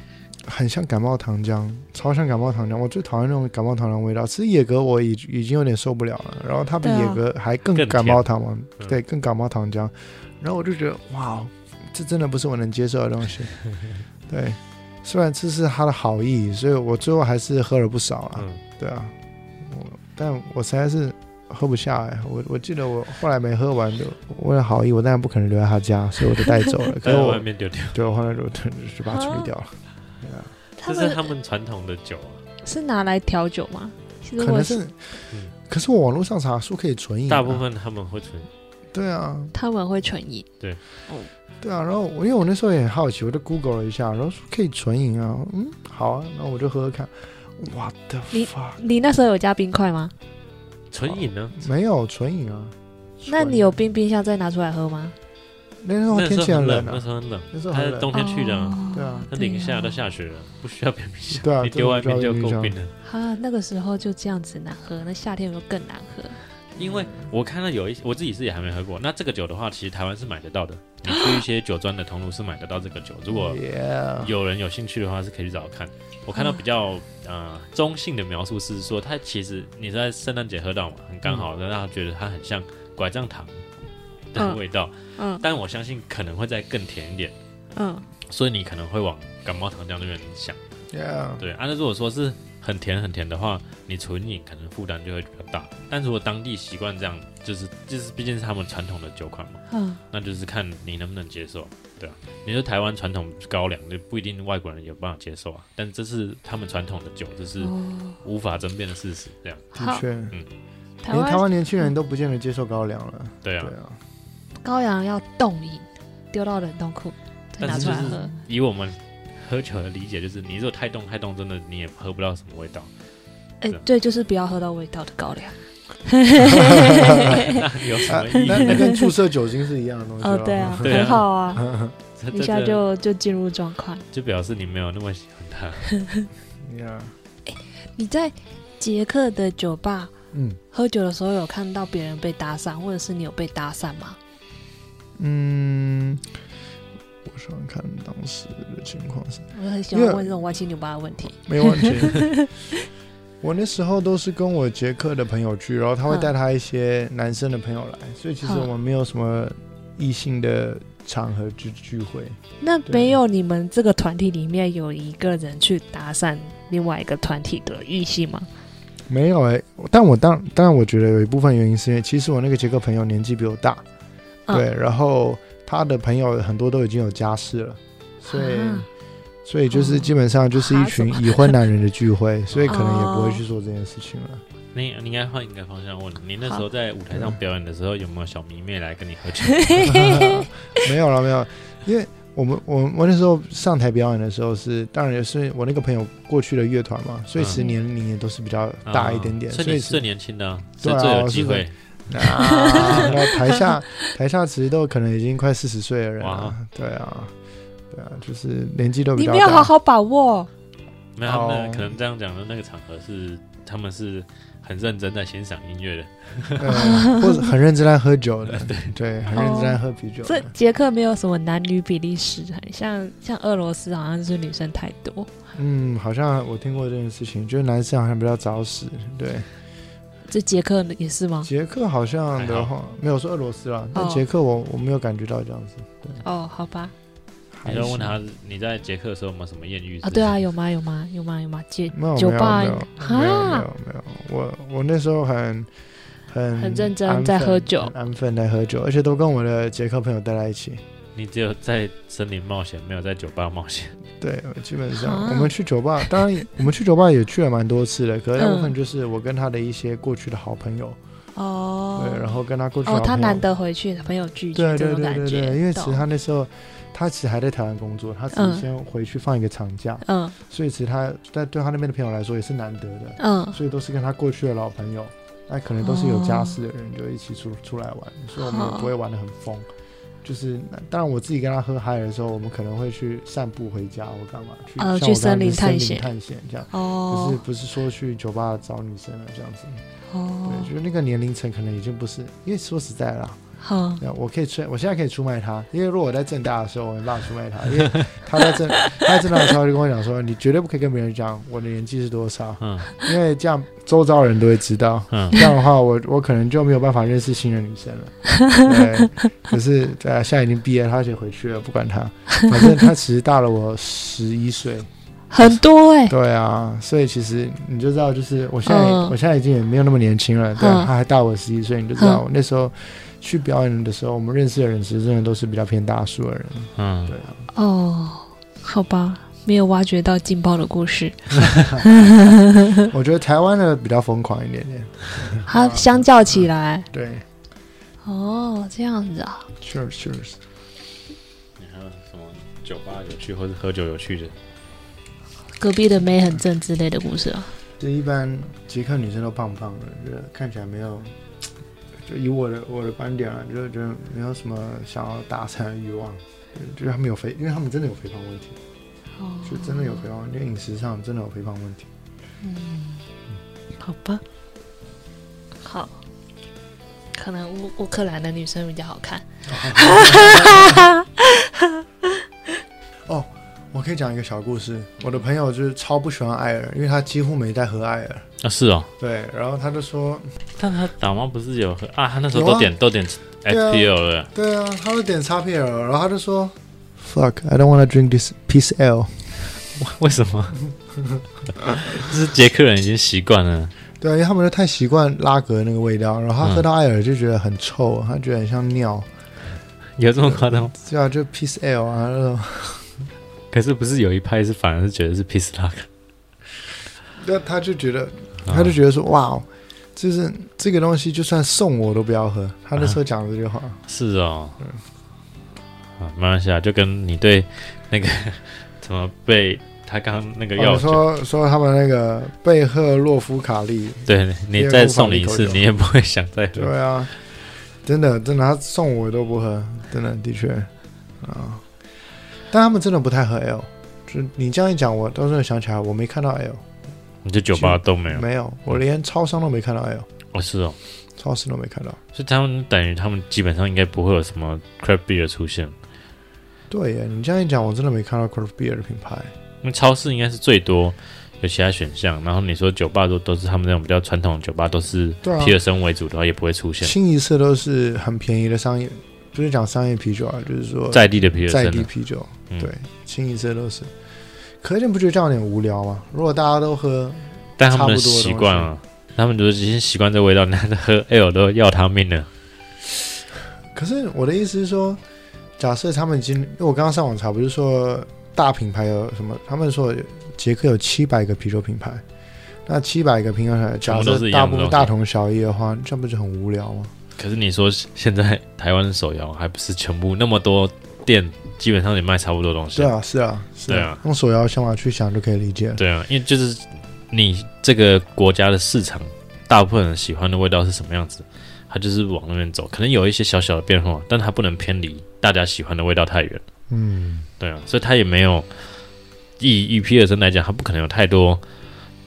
很像感冒糖浆，超像感冒糖浆。我最讨厌那种感冒糖浆味道。其实野格我已已经有点受不了了，然后它比对啊野格还更更甜感冒糖嘛，嗯对，更感冒糖浆。然后我就觉得哇，这真的不是我能接受的东西。对，虽然这是他的好意，所以我最后还是喝了不少啦。嗯对啊，我但我实在是喝不下哎、我我记得我后来没喝完就为了好意，我当然不可能留在他家，所以我就带走了。可在是外我面丢丢，对我后来就就就把它处理掉了。对啊。他这是们他们传统的酒啊，是拿来调酒吗？其实可我能是嗯，可是我网络上查说可以纯饮啊、大部分他们会存，对啊，他们会纯饮，对啊。然后我因为我那时候也很好奇，我就 Google 了一下，然后说可以纯饮啊，嗯，好啊，那我就喝喝看。我的你 fuck，你那时候有加冰块吗？纯饮啊呢？没有纯饮啊。那纯饮你有冰冰箱再拿出来喝吗？那时候那天时候气很很冷那啊，时候很冷，那时候它很是冷冬。天去的啊，哦对啊那零下对都啊下雪了，不需要冰箱，对啊，你丢外真面的就不知道够有没有冰印象。了。啊，那个时候就这样子难喝，那夏天有没有更难喝？因为我看到有一些，我自己是也还没喝过。那这个酒的话，其实台湾是买得到的，你去一些酒庄的通路是买得到这个酒。嗯如果 Yeah 有人有兴趣的话，是可以去找看。我看到比较呃中性的描述是说，它其实你在圣诞节喝到嘛，很刚好让他觉得它很像拐杖糖的嗯味道，嗯但我相信可能会再更甜一点，嗯，所以你可能会往感冒糖浆那边想。 yeah，对，啊，那如果说是很甜很甜的话，你纯饮可能负担就会比较大。但如果当地习惯这样，就是就是毕竟是他们传统的酒款嘛，嗯，那就是看你能不能接受，对啊。你说台湾传统高粱，就不一定外国人有办法接受啊。但这是他们传统的酒，这是哦，无法争辩的事实，这样的好，确，啊哦台连台湾湾年轻人都不见得接受高粱了。对对啊。啊，高粱要冻饮，丢到冷冻库再拿但是出就来是喝。以我们喝酒的理解，就是你如果太冻太冻，真的你也喝不到什么味道。哎对啊，对，就是不要喝到味道的高 [laughs] 粱。 [laughs] 那有什啊 [laughs] 么意那那义？跟注射酒精是一样的东西哦 [laughs] 吧，对啊，对啊很好啊， [laughs] 这一下这这就就进入状况。就表示你没有那么喜欢它。 ，Yeah，你在捷克的酒吧嗯。喝酒的时候，有看到别人被搭讪，或者是你有被搭讪吗？嗯，我想看当时的情况是我很喜欢问这种歪七扭八的问题。没问题。 [laughs] 我那时候都是跟我捷克的朋友去，然后他会嗯带他一些男生的朋友来，所以其实嗯我们没有什么异性的场合去聚会。那对没有你们这个团体里面有一个人去搭讪另外一个团体的异性吗？没有哎、但我当当然，我觉得有一部分原因是因为，其实我那个捷克朋友年纪比我大，嗯对，然后他的朋友很多都已经有家室了，所以、啊所以就是哦基本上就是一群哈什已婚男人的聚会，所以可能也不哦会去做这件事情了。你你应该换一个方向问，你那时候在舞台上表演的时候，有没有小迷妹来跟你 [laughs] 喝酒？没有了， [laughs] 没有，因为我们我我那时候上台表演的时候是，当然也是我那个朋友过去的乐团嘛，所以其实嗯年龄也都是比较大一点点，啊所所以你以是是最年轻的啊，是对啊最有我是机会。啊，那台下 [laughs] 台下其实都可能已经快四十岁的人哇了，对啊，对啊，就是年纪都比你较们要大。好好把握。没有，他们哦可能这样讲的那个场合是他们是很认真在欣赏音乐的。 [laughs] 呃，或者很认真在喝酒的， [laughs] 对很认真在喝啤酒这的。捷克没有什么男女比例时，很像像俄罗斯，好像就是女生太多。嗯，好像我听过这件事情，就是男生好像比较早死。对，这捷克也是吗？捷克好像的还话没有说俄罗斯啦，但哦捷克我我没有感觉到这样子。哦，好吧。还你要行问他你在捷克的时候有没有什么艳遇啊，对啊，，有吗？有吗？有吗？有吗？捷没有酒吧没有没有没有没有没啊，有没有，我我那时候很很很认真安分在喝酒很安分在喝酒，而且都跟我的捷克朋友待在一起。你只有在森林冒险，没有在酒吧冒 [laughs] 险。对，基本啊上我们去酒吧，当然 [laughs] 也我们去酒吧也去了蛮多次的，可是大部分嗯就是我跟他的一些过去的好朋友，哦，对，然后跟他过去的哦好，朋友，他难得回去，朋友聚聚对这对种对感对觉，对，因为其实懂他那时候他其实还在台湾工作，他只嗯是先回去放一个长假，嗯所以其实他在对他那边的朋友来说也是难得的，嗯，所以都是跟他过去的老朋友。那可能都是有家室的人，就一起出出来玩，所以我们也好不会玩的很疯。就是那当然我自己跟他喝嗨的时候，我们可能会去散步回家或干嘛去，呃像我去刚刚森林是探森险林探险这样。就哦是不是说去酒吧找女生啊这样子，哦，对，就是那个年龄层可能已经不是，因为说实在啦，好，那我可以出，我现在可以出卖他，因为如果我在正大的时候，我没办法出卖他，因为他在正他在正大的时候就跟我讲说，你绝对不可以跟别人讲我的年纪是多少，嗯因为这样周遭人都会知道，嗯，这样的话我我可能就没有办法认识新的女生了。对，可是对啊，现在已经毕业，他就回去了，不管他，反正他其实大了我十一岁，很多哎、对啊，所以其实你就知道，就是我现在、嗯我现在已经也没有那么年轻了，对，嗯他还大我十一岁，你就知道嗯我那时候去表演的时候，我们认识的人其实真的都是比较偏大数的 [laughs] 人，嗯对，啊，哦，好吧，没有挖掘到劲爆的故 [laughs] 事。我觉得台湾的比较疯狂一点点，它相较起来，对哦，这样子啊， ，cheers cheers， [laughs] 你还有什么酒吧有趣或是喝酒有趣的？隔壁的妹很正之类的故事啊。这一般捷克女生都胖胖的，就是看起来没有，就以我的我的观点啊，就是觉得没有什么想要搭讪的欲望，就是他们有肥，因为他们真的有肥胖问题，哦，就真的有肥胖问题，因为饮食上真的有肥胖问题。好吧，好，可能乌乌克兰的女生比较好看。哦我可以讲一个小故事。我的朋友就是超不喜欢艾尔，因为他几乎没在喝艾尔。啊，是哦，对，然后他就说，但他打猫不是有喝啊？他那时候有啊都点都点对啊 FPL 了，对啊，他就点 XPL，然后他就说，fuck, I don't wanna drink this piece L。 [laughs] 为什么？就是捷克人已经习惯了。对啊，因为他们就太习惯拉格那个味道，然后他喝到艾尔就觉得很臭，他觉得很像尿。有这么夸张吗？对啊，就 piece L 啊，那种。可是不是有一派是反而是觉得是 piss luck，那他就觉得，他就觉得说，哇，就是这个东西就算送我都不要喝。他那时候讲这句话。得是哦，啊，没关系啊，就跟你对那个 [laughs] 怎么被他刚那个我药酒，哦说说他们那个贝赫洛夫卡利，对你再送你一次，你也不会想再喝。对啊，真的真的，他送我都不喝，真的的确啊。但他们真的不太喝 L，就你这样一讲，我倒是想起来，我没看到 L，你这酒吧都没有，嗯没有，我连超商都没看到 L，哦是哦，超市都没看到。所以他们等于他们基本上应该不会有什么 crab beer 出现，对耶，你这样一讲，我真的没看到 craft beer 的品牌。那超市应该是最多有其他选项，然后你说酒吧都都是他们那种比较传统的酒吧都是对啊皮尔森为主的话，也不会出现。清一色都是很便宜的商业不是讲商业啤酒啊，就是说在地的啤酒在真地的，啤酒，嗯对，清一色都是。可是你不觉得这样有点无聊吗？如果大家都喝，但他们的差不多的习惯啊，他们就是已经习惯这味道，那喝 L 都要他命了。可是我的意思是说，假设他们今，因为我刚刚上网查，不是说大品牌有什么？他们说捷克有七百个啤酒品牌，那七百个品牌，全假部都是设一样大的东西部分大同小异的话，这不是很无聊吗？可是你说现在台湾的手摇还不是全部那么多店，基本上也卖差不多东西。对啊，是啊，是对啊用手摇想法去想就可以理解了。对啊，因为就是你这个国家的市场，大部分人喜欢的味道是什么样子，它就是往那边走，可能有一些小小的变化，但它不能偏离大家喜欢的味道太远。嗯，对啊，所以它也没有以以皮尔森来讲，它不可能有太多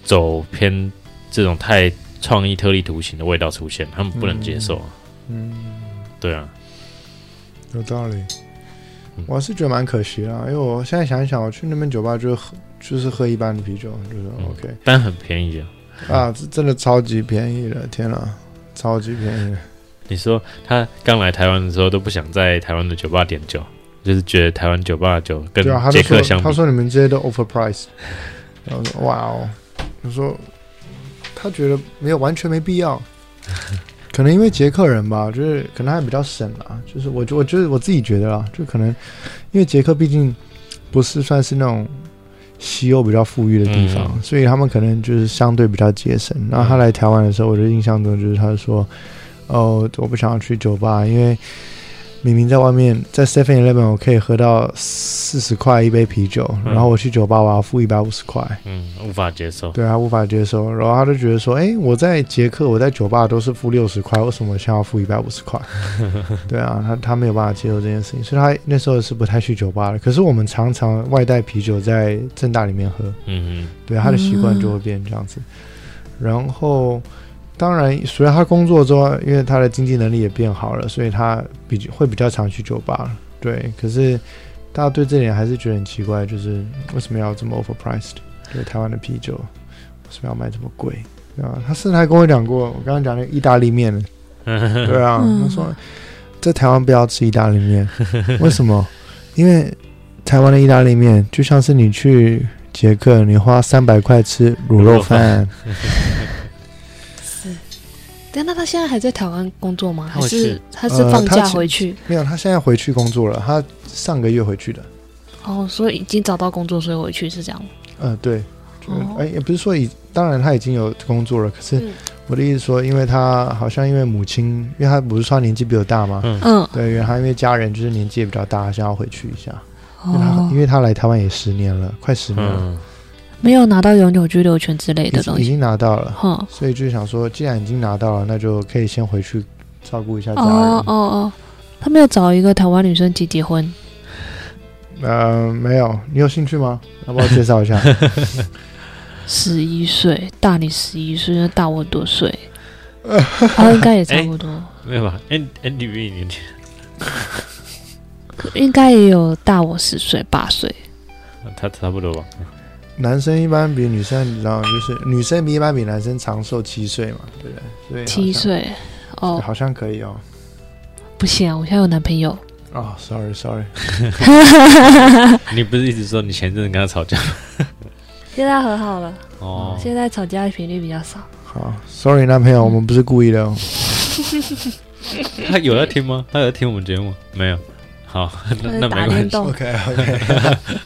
走偏这种太创意特立独行的味道出现，他们不能接受啊。嗯，对啊，有道理嗯。我是觉得蛮可惜啊，因为我现在想一想，我去那边酒吧就是喝，就是喝一般的啤酒，就是嗯 OK、但很便宜啊。啊，这真的超级便宜的，天哪，超级便宜的。你说他刚来台湾的时候都不想在台湾的酒吧点酒，就是觉得台湾酒吧的酒跟对啊，他就捷克说相比他，说你们这些都 overpriced，然后我说哇哦，我说他觉得没有完全没必 [laughs] 要，可能因为捷克人吧，就是可能还比较省啊，就是我我就是我自己觉得啦，就可能因为捷克毕竟不是算是那种西欧比较富裕的地方，嗯所以他们可能就是相对比较节省。然后他来台湾的时候，我的印象中就是他说哦，我不想要去酒吧，因为明明在外面在 Seven Eleven 我可以喝到四十块一杯啤酒，嗯然后我去酒吧我要付一百五十块，嗯，无法接受。对他无法接受，然后他就觉得说，哎，我在捷克我在酒吧都是付六十块，为什么我现在要付一百五十块？对啊，他他没有办法接受这件事情，所以他那时候是不太去酒吧的。可是我们常常外带啤酒在正大里面喝，嗯对他的习惯就会变这样子。然后，当然，随着他工作之后，因为他的经济能力也变好了，所以他比会比较常去酒吧。对，可是大家对这点还是觉得很奇怪，就是为什么要这么 overpriced？对台湾的啤酒，为什么要卖这么贵？啊，他甚至还跟我讲过，我刚刚讲那个意大利面，哼，对啊，嗯他说在台湾不要吃意大利面，为什么？因为台湾的意大利面就像是你去捷克，你花三百块吃卤肉饭，是。 [laughs] 但那他现在还在台湾工作吗？他还回去是他是呃放他假其回去？没有，他现在回去工作了，他上个月回去的。哦，所以已经找到工作，所以回去是这样。嗯、对，就是哦哎、也不是说已，当然他已经有工作了，可是嗯我的意思说，因为他好像因为母亲，因为他不是说他年纪比我大吗？嗯嗯，对，因为他因为家人就是年纪也比较大，想要回去一下，因为他、哦因，为他来台湾也十年了，快十年了，嗯，没有拿到永久居留权之类的已经东已西。经拿到了，哼，所以就想说，既然已经拿到了，那就可以先回去照顾一下家人。哦哦哦，他没有找一个台湾女生结结婚。呃，没有，你有兴趣吗？要不要介绍一 [laughs] 下？十一岁，大你十一岁，那大我很多 [laughs] 岁，他应该也差不多，哎没有吧？N 哎 N D V 年纪可应该也有大我十岁、八岁。他差不多吧？男生一般比女生，你知道，就是女生比一般比男生长寿七岁嘛，对不对？所以好像七岁，哦，好像可以哦。不行、啊，我现在有男朋友。哦，sorry，sorry、你不是一直说你前阵子跟他吵架？现在和好了，哦，现在吵架的频率比较少。 s o r r y 好，sorry，男朋友，我们不是故意的哦。他有在听吗？他有在听我们节目吗没有？好，那那没关系。动 OK，OK，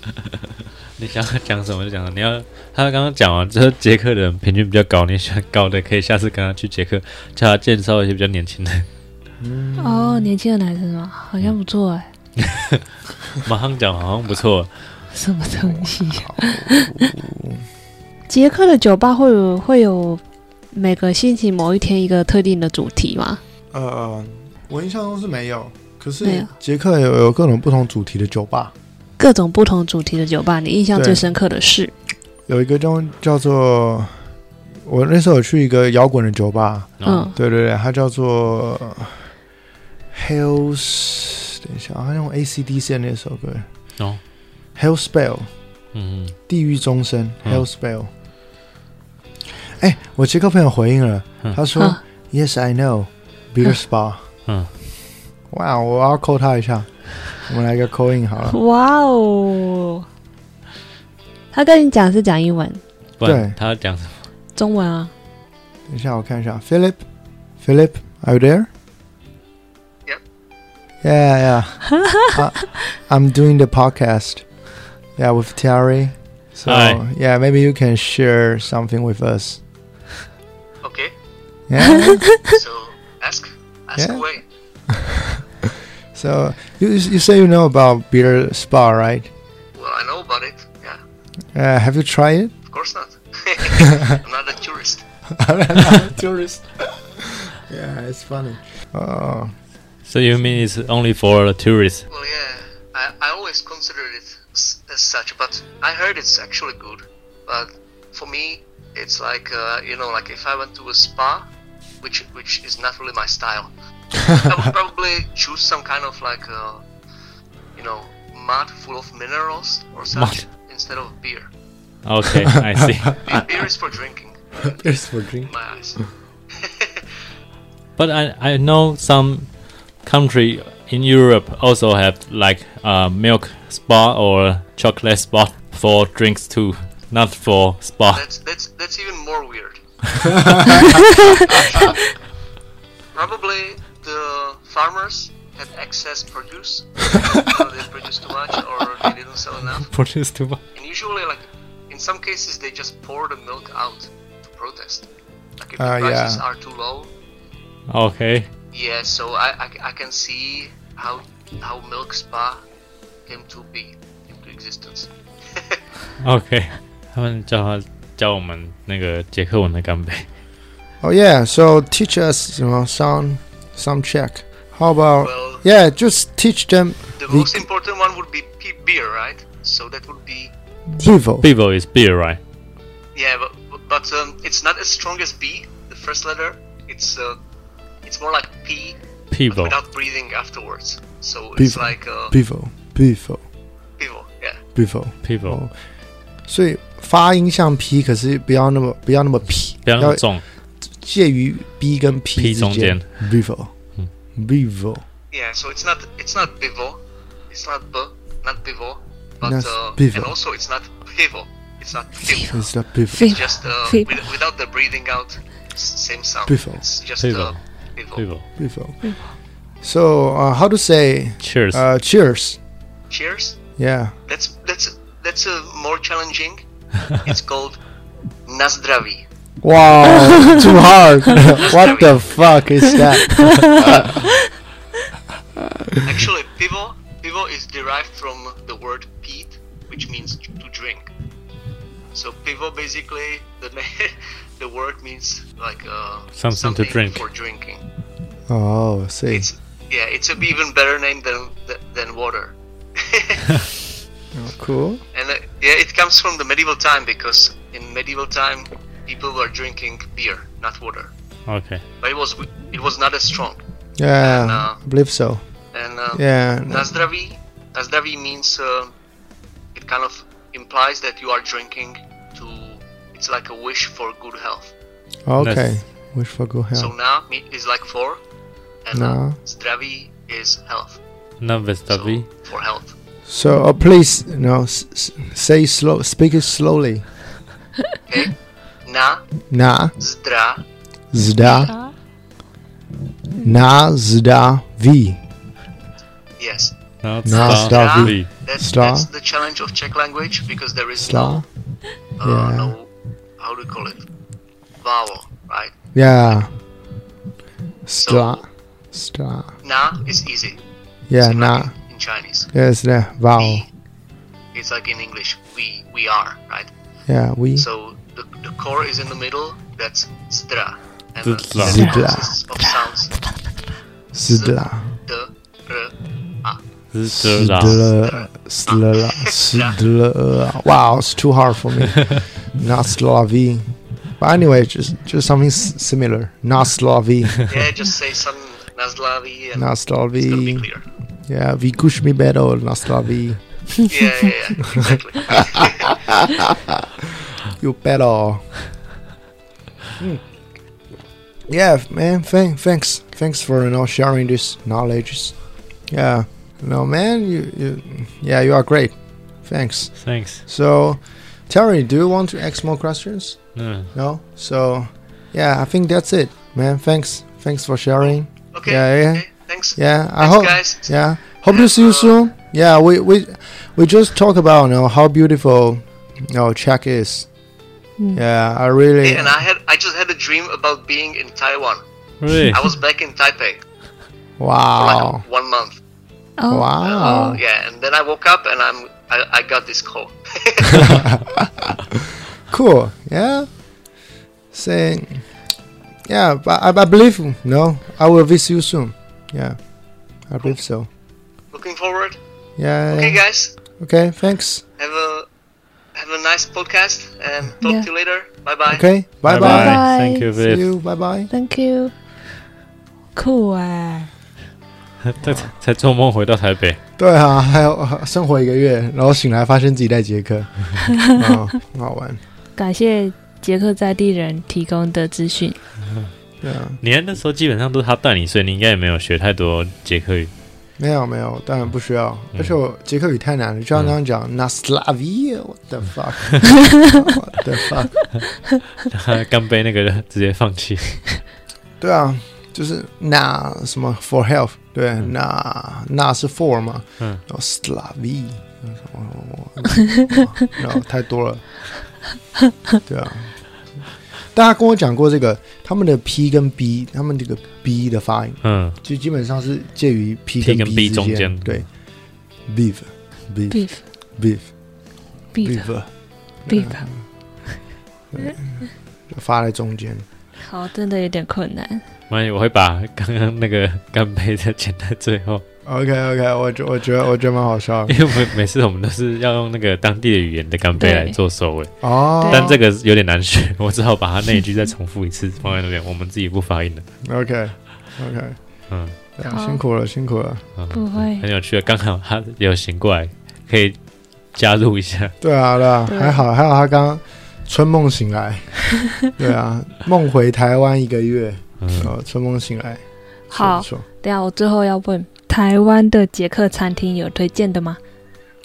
[laughs] 你想要讲什么就讲什么。你要他刚刚讲完，就是捷克人平均比较高，你喜欢高的，可以下次跟他去捷克，叫他介绍一些比较年轻的， [laughs] 嗯哦，年轻的男生嘛，好像不错哎、马上讲好像不错。什么东西？ [laughs] 捷克的酒吧会有会有每个星期某一天一个特定的主题吗？呃，我印象中是没有，可没有是捷克有有各种不同主题的酒吧，各种不同主题的酒吧，你印象对最深刻的是？有一个叫叫做，我那时候有去一个摇滚的酒吧，嗯，嗯，对对对，它叫做 Hells，等一下，它用 ACDC 的那首歌哦， Hell Spell，嗯，地狱钟声嗯 Hell Spell。哎、我杰克朋友回应了嗯，他说、啊 Yes I know，Beer Spa。嗯，哇，我要扣他一下，我们来个扣印好了。哇哦！他跟你讲是讲英文、不然对他讲什么？中文啊？等一下，我看一下，Philip，Philip，Are you there? Yep. Yeah, yeah. I, I'm doing the podcast. Yeah, with Terry. So Hi. yeah, maybe you can share something with us. [laughs] Okay, Yeah. so ask, ask Yeah. away. so you you say you know about beer spa, right? Well, I know about it. Yeah, Uh, have you tried of course not. [laughs] I'm not a tourist. it? Tourist. [laughs] yeah, it's funny. Oh, So you mean it's only for tourists? Well, yeah, I, I always considered it s- as such, but I heard it's actually good. But for me, it's like uh, you know, like if I went to a spa, which which is not really my style, I [laughs] would probably choose some kind of like uh, you know mud full of minerals or such instead of beer. Okay, I see. Uh, Be- beer is for [laughs] drinking, it's for drink. in my eyes. But I I know some country in Europe also have like uh, milk spa or chocolate spa for drinks too, not for spa. [laughs] That's that's that's even more [laughs] weird. Probably the farmers had excess produce. so they produced too much or they didn't sell enough. Produce too much. And usually, like in some cases, they just pour the milk out to protest. Like if Ah, the prices yeah. are too low. Okay. Yeah, so I, I, I can see how how milk spa came to be into existence. OK，他 [laughs] 们叫他教我们那个捷克文的干杯。 Oh yeah, so teach us, you know, sound, sound check. How about Well, yeah, just teach them the we- most important one would be pe- beer, right? So that would be Vivo. Bevo is beer, right? Yeah, but, but um, it's not as strong as B, the first letter. It's uh, it's more like P, but Bevo. without breathing afterwards. So it's Pivo. like uh, Vivo, Vivo, Pivo, yeah. Vivo. Bevo，所以发音像 P，可是不要那么不要那么 P，不要那么重。介于 B 跟 P P 之中间。 Vivo，嗯 Vivo， Yeah, so it's not it's not Pivo, it's not B, not Pivo, but Yes, uh, Pivo. and also it's not Pivo, it's not Pivo. is that Vivo？非 Just uh, Pivo. with, without the breathing out, s- same sound. Pivo. It's just Pivo. Uh, Pivo. Bevo。 Vivo。So uh, how to say Cheers. uh, cheers? Cheers. Yeah. That's that's that's uh, more challenging. it's called Nazdravi. Wow, [laughs] too hard. What the fuck is that? [laughs] Mm-hmm. Actually, pivo pivo is derived from the word peat, which means to drink. So pivo basically the [laughs] na- the word means like uh, Something to drink. for drinking. Oh, see. It's yeah, it's a even better name than than, [laughs] than water. [laughs] Oh, cool. and uh, yeah, it comes from the medieval time because in medieval time people were drinking beer, not water. OK， But it was it was not as strong. Yeah, No. I believe so. And uh, Yeah. no. Nazdravi, Nazdravi means uh, it kind of implies that you are drinking to. It's like a wish for good health. Okay. Wish for good So health. na me- is like for, and uh, No. zdravi is health. n a v e s t a So v i for health. So, uh, please, you know, s- s- say slow, speak it slowly. Okay. Na Na zdra zda, 啊， na zda v. yes. n a Nastavi. That's, Zdra. that's the challenge of Czech language because there is Sla. no, uh, yeah. no, how do you call it, vowel, right? Yeah. Stra. Stra. Na is easy. Yeah, It's like na. in- in Chinese. Yes, the vowel. We, it's like in English, we we are, right? Mm-hmm. Yeah, we. So the, the core is in the middle, that's zdra. And the Zdra. second Zdra. consists of sounds Sdla. the, r, Zdra. Sdla. Sdla. Sdla. Wow, it's too hard for me. Not Slavi. But anyway, just just something s- similar. Not Slavi. Yeah, just say some naslavi and Not it's gonna be Slavi. clear. Yeah, we kush mi bedo, not Slavi. Yeah, yeah, yeah, [laughs] exactly. You Hmm. better. Yeah, man. Thank, thanks, thanks for you know sharing this knowledge. Yeah. No, man. You, you, yeah, you are great. Thanks. Thanks. So, Terry, do you want to ask more questions? No. No. So, yeah, I think that's it, man. Thanks. Thanks for sharing. Okay. Yeah, yeah. Okay. Thanks. Yeah. I Thanks, hope. guys. Uh, Yeah. Hope to see you soon. Yeah. We we we just talk about you know how beautiful you know Czech is. Mm. Yeah. I really. Hey, and I had I just had a dream about being in Taiwan. Really? I was back in Taipei for like wow. one month. Oh, Wow. Yeah, and then I woke up and I'm I, I got this call. [laughs] cool. Yeah. Saying. Yeah, but I, I believe no. I will visit you soon. Yeah, I believe so. Looking forward. Yeah. Okay, guys, Okay. Thanks. have a have a nice podcast and talk Yeah. to you later. Bye bye. Okay. Bye bye. Bye-bye. Thank you, See Viv. you. Bye bye. Thank you，酷哎、 [laughs] 才才做梦回到台北， [laughs] 对啊，还有生活一个月，然后醒来发现自己在捷克，啊、很好玩。感谢捷克在地人提供的资讯。对啊，你那时候基本上都是他带你，所以你应该也没有学太多捷克语。 [laughs] 没有没有，当然不需要。嗯而且我捷克语太难了，就像刚刚讲 n a s l a v i w h a t [laughs] the fuck，what the fuck？他干杯那个就直接放弃。 [laughs] 对啊，就是那什么 for health，对，那那是 for 嘛，嗯然后 [laughs] slavi，我我我，然后太多了，对啊。大家跟我讲过这个，他们的 P 跟 B，他们这个 B 的发音，嗯就基本上是介于 P P 跟跟 B 之中间对，beef beef beef beef beef beef beef，嗯嗯发在中间。好，真的有点困难。没关系，我会把刚刚那个 [laughs] 干杯的剪在最后， [laughs] OK OK，我觉我觉得我觉得蛮好笑的因为我们每次我们都是要用那个当地的语言的干杯对来做收尾，哦。但这个有点难学， [laughs] 我只好把它那一句再重复一次放在那边，我们自己不发音的。 OK OK，嗯，好辛苦了辛苦了。嗯不会很有趣的，刚好他有醒过来，可以加入一下。对啊对啊，对还好还好他刚春梦醒 [laughs] 来，对啊，梦回台湾一个月，嗯，哦，春梦醒来，不错好不，错。等一下我最后要问，台湾的捷克餐厅有推荐的吗？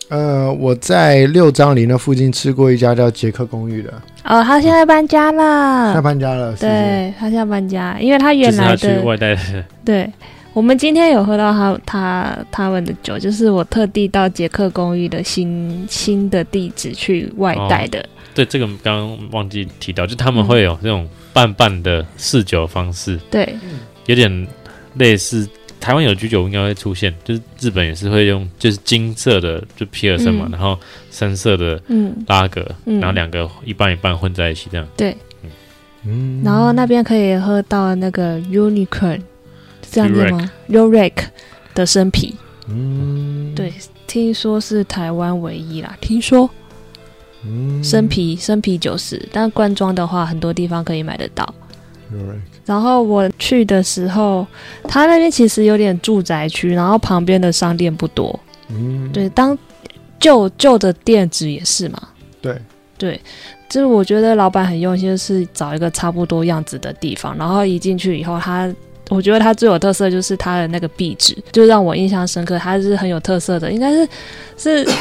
呃，我在六张里那附近吃过一家叫杰克公寓的，哦，他现在搬家他啦。搬家了，是不是？嗯对他现在搬家，因为他就原是来他去的外带的，对，我们今天有喝到他他他们的酒，就是我特地到捷克公寓的新新的地址去外带的。哦对这个刚刚忘记提到，就他嗯们会有这种拌拌的试酒方式，对，有点类似台湾有居酒屋应该会出现，就是日本也是会用，就是金色的就皮尔森嘛，嗯然后深色的嗯，拉格，嗯然后两个一半一半混在一起这样。嗯然后那边可以喝到那个 unicorn，是这样念吗 u r e k 的生啤，嗯，对，听说是台湾唯一啦。听说嗯，生啤生啤九十，但罐装的话很多地方可以买得到。 You're right 然后我去的时候，它那边其实有点住宅区，然后旁边的商店不多，嗯，对，当旧旧的店址也是嘛，对，对，就是我觉得老板很用心，就是找一个差不多样子的地方，然后一进去以后他。我觉得他最有特色就是他的那个壁纸，就让我印象深刻。他是很有特色的，应该是 [coughs] 是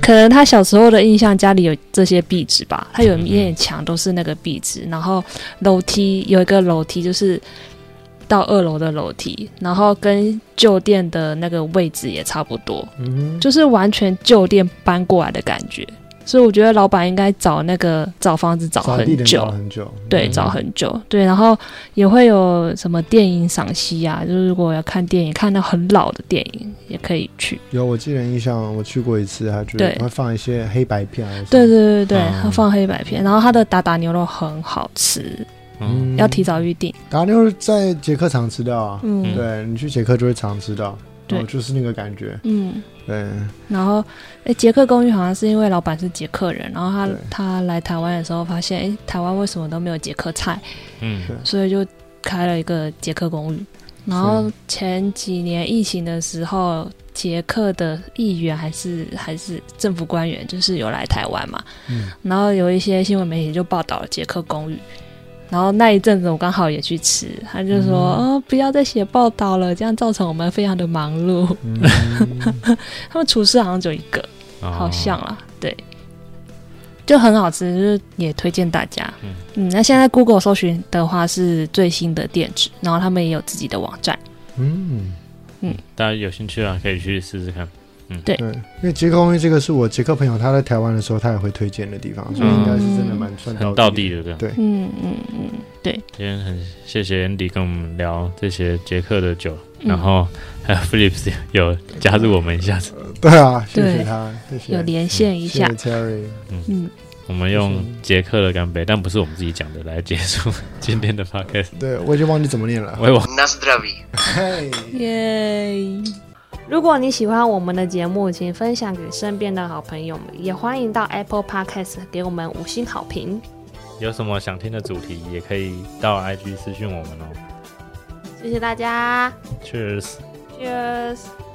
可能他小时候的印象家里有这些壁纸吧。他有一面墙都是那个壁纸，然后楼梯有一个楼梯就是到二楼的楼梯，然后跟旧店的那个位置也差不多。嗯，就是完全旧店搬过来的感觉。所以我觉得老板应该找那个找房子找扫地很的久，找很久，对，嗯找很久，对，然后也会有什么电影赏析啊，就是如果要看电影，看到很老的电影也可以去。嗯有，我记得印象，我去过一次，还就是对会放一些黑白片啊，对，对对对，嗯他放黑白片，然后他的打打牛肉很好吃，嗯，要提早预定。打就是在捷克常吃到啊，嗯对你去捷克就会常吃到，对哦就是那个感觉，嗯，对，然后哎，捷克公寓好像是因为老板是捷克人，然后他对他来台湾的时候发现，哎，台湾为什么都没有捷克菜？嗯对所以就开了一个捷克公寓。然后前几年疫情的时候，捷克的议员还是还是政府官员，就是有来台湾嘛，嗯然后有一些新闻媒体就报道了捷克公寓，然后那一阵子我刚好也去吃，他就说：“哦，不要再写报道了，这样造成我们非常的忙碌。嗯， [laughs] 他们厨师好像就一个，哦好像啦，对，就很好吃，就是也推荐大家。嗯嗯那现在 Google 搜寻的话是最新的店址，然后他们也有自己的网站。嗯，大家有兴趣啊，可以去试试看。对，因为捷克烘焙这个是我捷克朋友他在台湾的时候他也会推荐的地方，所以应该是真的蛮算很到到底地的。的这样。对嗯嗯嗯，今天很谢谢 Andy 跟我们聊这些捷克的酒，嗯然后还有 Philips 有加入我们一下子，对啊，谢对谢他，谢谢，有连线一谢谢下， Terry，嗯，我们用捷克的干杯，但不是我们自己讲的来结束 [laughs] 今天的 podcast。对我已经忘记怎么念 [laughs] 了。我也忘 Nazdravi. 嘿，耶！如果你喜欢我们的节目，请分享给身边的好朋友们，也欢迎到 Apple Podcast 给我们五星好评。有什么想听的主题，也可以到 IG 私讯我们哦。谢谢大家 Cheers。 ，Cheers。